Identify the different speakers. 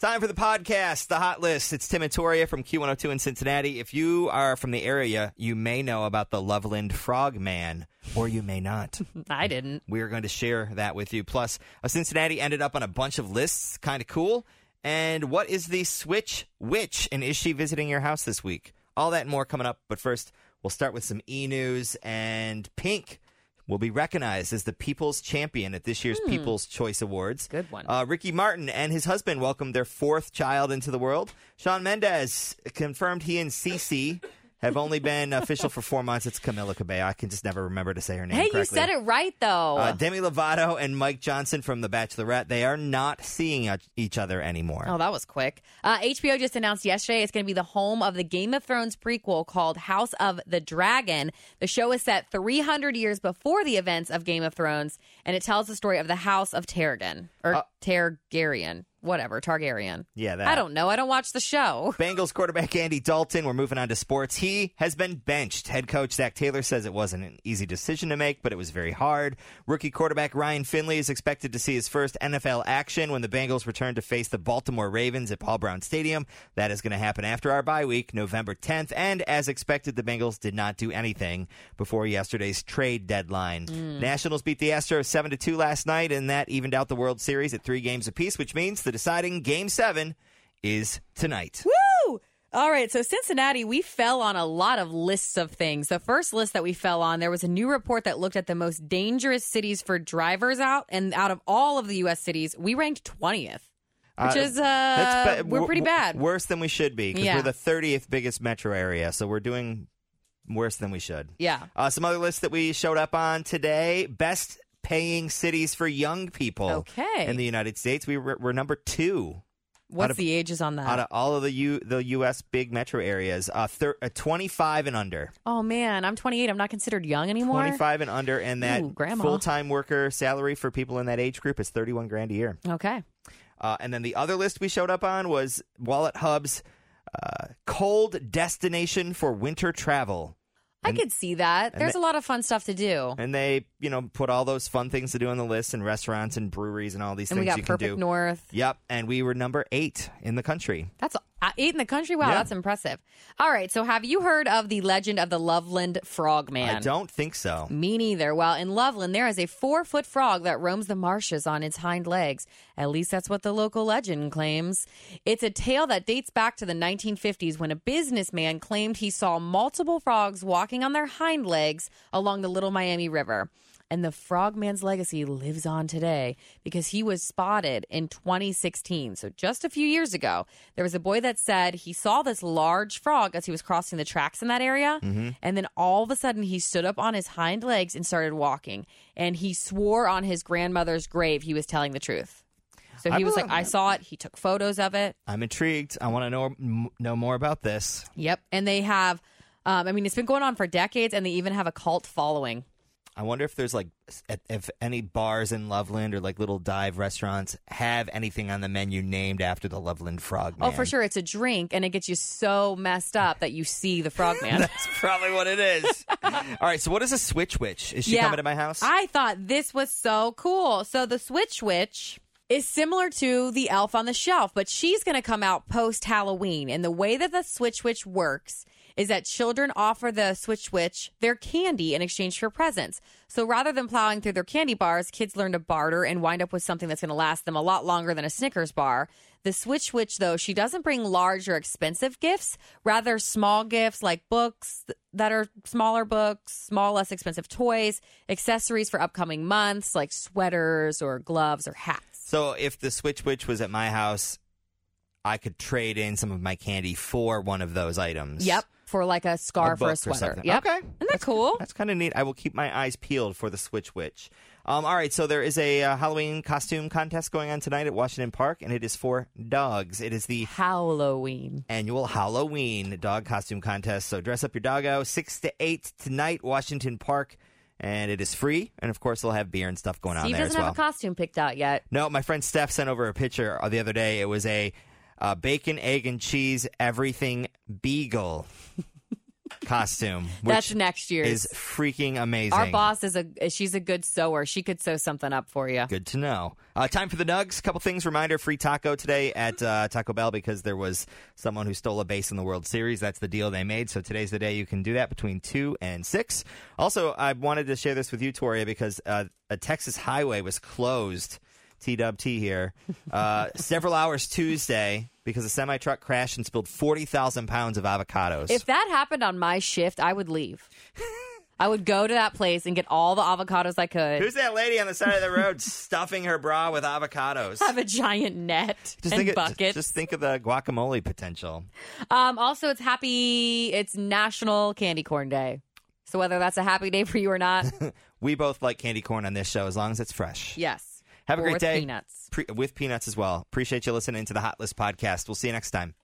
Speaker 1: Time for the podcast, The Hot List. It's Tim and Toria from Q102 in Cincinnati. If you are from the area, you may know about the Loveland Frogman, or you may not.
Speaker 2: I didn't.
Speaker 1: We are going to share that with you. Plus, uh, Cincinnati ended up on a bunch of lists. Kind of cool. And what is the Switch Witch? And is she visiting your house this week? All that and more coming up. But first, we'll start with some e news. And Pink will be recognized as the People's Champion at this year's People's Choice Awards.
Speaker 2: Hmm. Good one.
Speaker 1: Uh, Ricky Martin and his husband welcomed their fourth child into the world. Sean Mendez confirmed he and Cece. Have only been official for four months. It's Camila Cabello. I can just never remember to say her name.
Speaker 2: Hey, you
Speaker 1: correctly.
Speaker 2: said it right though.
Speaker 1: Uh, Demi Lovato and Mike Johnson from The Bachelorette, they are not seeing each- each other anymore.
Speaker 2: Oh, that was quick. Uh, HBO just announced yesterday it's going to be the home of the Game of Thrones prequel called House of the Dragon. The show is set 300 years before the events of Game of Thrones, and it tells the story of the House of Targaryen or Targaryen, whatever Targaryen.
Speaker 1: Uh, Yeah, that.
Speaker 2: I don't know. I don't watch the show.
Speaker 1: Bengals quarterback Andy Dalton, we're moving on to sports. He has been benched. Head coach Zach Taylor says it wasn't an easy decision to make, but it was very hard. Rookie quarterback Ryan Finley is expected to see his first NFL action when the Bengals return to face the Baltimore Ravens at Paul Brown Stadium. That is going to happen after our bye week, November 10th. And as expected, the Bengals did not do anything before yesterday's trade deadline. Nationals beat the Astros 7 to 2 last night, and that evened out the World Series at three games apiece, which means the deciding game seven is tonight.
Speaker 2: Woo! All right, so Cincinnati, we fell on a lot of lists of things. The first list that we fell on, there was a new report that looked at the most dangerous cities for drivers out, and out of all of the U.S. cities, we ranked 20th, which is, uh,
Speaker 1: That's ba-
Speaker 2: we're
Speaker 1: w-
Speaker 2: pretty
Speaker 1: w-
Speaker 2: bad.
Speaker 1: Worse than we should be because
Speaker 2: Yeah.
Speaker 1: we're the 30th biggest metro area, so we're doing worse than we should.
Speaker 2: yeah.
Speaker 1: Uh, some other lists that we showed up on today: best paying cities for young people.
Speaker 2: Okay.
Speaker 1: In the United States, we were, we're number two
Speaker 2: What's
Speaker 1: of-
Speaker 2: the ages on that?
Speaker 1: out of all of the U, the U.S. big metro areas. Uh, thir- uh, 25 and under.
Speaker 2: oh, man, I'm 28. I'm not considered young anymore.
Speaker 1: 25 and under, and that
Speaker 2: Ooh, grandma.
Speaker 1: full-time worker salary for people in that age group is 31 grand a year.
Speaker 2: Okay.
Speaker 1: Uh, and then the other list we showed up on was Wallet Hub's uh, cold destination for winter travel.
Speaker 2: I could see that. There's
Speaker 1: the-
Speaker 2: a lot of fun stuff to do.
Speaker 1: And they, you know, put all those fun things to do on the list and restaurants and breweries and all these
Speaker 2: And we
Speaker 1: things
Speaker 2: got
Speaker 1: you can
Speaker 2: Perfect
Speaker 1: do.
Speaker 2: North.
Speaker 1: Yep. And we were number eight in the country.
Speaker 2: That's uh, eight in the country. Wow,
Speaker 1: Yeah.
Speaker 2: that's impressive. All right, so have you heard of the legend of the Loveland Frogman?
Speaker 1: I don't think so.
Speaker 2: Me neither. Well, in Loveland, there is a four foot frog that roams the marshes on its hind legs. At least that's what the local legend claims. It's a tale that dates back to the 1950s when a businessman claimed he saw multiple frogs walking on their hind legs along the Little Miami River. And the frogman's legacy lives on today because he was spotted in 2016. So, just a few years ago, there was a boy that said he saw this large frog as he was crossing the tracks in that area.
Speaker 1: Mm-hmm.
Speaker 2: And then all of a sudden, he stood up on his hind legs and started walking. And he swore on his grandmother's grave he was telling the truth. So,
Speaker 1: I
Speaker 2: he was
Speaker 1: believe-
Speaker 2: like, I saw it. He took photos of it.
Speaker 1: I'm intrigued. I want to know m- know more about this.
Speaker 2: Yep. And they have, um, I mean, it's been going on for decades, and they even have a cult following.
Speaker 1: I wonder if there's like s- if- if any bars in Loveland or like little dive restaurants have anything on the menu named after the Loveland Frog.
Speaker 2: Oh, for sure. It's a drink, and it gets you so messed up that you see the frogman.
Speaker 1: That's probably what it is. All right, so what is a switch witch? Is she
Speaker 2: Yeah.
Speaker 1: coming to my house?
Speaker 2: I thought this was so cool. So the Switch Witch is similar to the elf on the shelf, but she's going to come out post Halloween. And the way that the Switch Witch works is that children offer the Switch Witch their candy in exchange for presents. So rather than plowing through their candy bars, kids learn to barter and wind up with something that's going to last them a lot longer than a Snickers bar. The Switch Witch, though, she doesn't bring large or expensive gifts, rather small gifts like books th- that are smaller books, small, less expensive toys, accessories for upcoming months like sweaters or gloves or hats.
Speaker 1: so if the switch witch was at my house, I could trade in some of my candy for one of those items.
Speaker 2: Yep. For like a
Speaker 1: A
Speaker 2: scarf or a
Speaker 1: book
Speaker 2: sweater.
Speaker 1: something.
Speaker 2: yep.
Speaker 1: Okay.
Speaker 2: Isn't that cool?
Speaker 1: That's kind of neat. I will keep my eyes peeled for the Switch Witch. Um, all right, so there is a uh, Halloween costume contest going on tonight at Washington Park, and it is for dogs. It is the
Speaker 2: Halloween.
Speaker 1: annual Halloween dog costume contest. So dress up your doggo, six to eight tonight, Washington Park, and it is free. And of course, they'll have beer and stuff going on
Speaker 2: Steve
Speaker 1: there as
Speaker 2: doesn't
Speaker 1: well.
Speaker 2: have a costume picked out yet.
Speaker 1: No, my friend Steph sent over a picture uh, the other day. It was a uh, bacon, egg, and cheese everything beagle. costume, which
Speaker 2: That's next year's.
Speaker 1: is freaking amazing.
Speaker 2: Our boss is a she's a good sewer. She could sew something up for you.
Speaker 1: Good to know. Uh, time for the nugs. Couple things. Reminder: free taco today at uh, Taco Bell because there was someone who stole a base in the World Series. That's the deal they made. So today's the day you can do that between two and six. Also, I wanted to share this with you, Toria, because uh, a Texas highway was closed. TWT here. Uh, several hours Tuesday because a semi truck crashed and spilled forty thousand pounds of avocados.
Speaker 2: If that happened on my shift, I would leave. I would go to that place and get all the avocados I could.
Speaker 1: Who's that lady on the side of the road stuffing her bra with avocados?
Speaker 2: have a giant net and
Speaker 1: think Of,
Speaker 2: buckets.
Speaker 1: just- just think of the guacamole potential.
Speaker 2: um, also, it's happy. It's National Candy Corn Day. So whether that's a happy day for you or not,
Speaker 1: We both like candy corn on this show as long as it's fresh.
Speaker 2: yes.
Speaker 1: Have a
Speaker 2: Or
Speaker 1: great
Speaker 2: with
Speaker 1: day.
Speaker 2: Peanuts.
Speaker 1: Pre- with peanuts as well. Appreciate you listening to the Hot List podcast. We'll see you next time.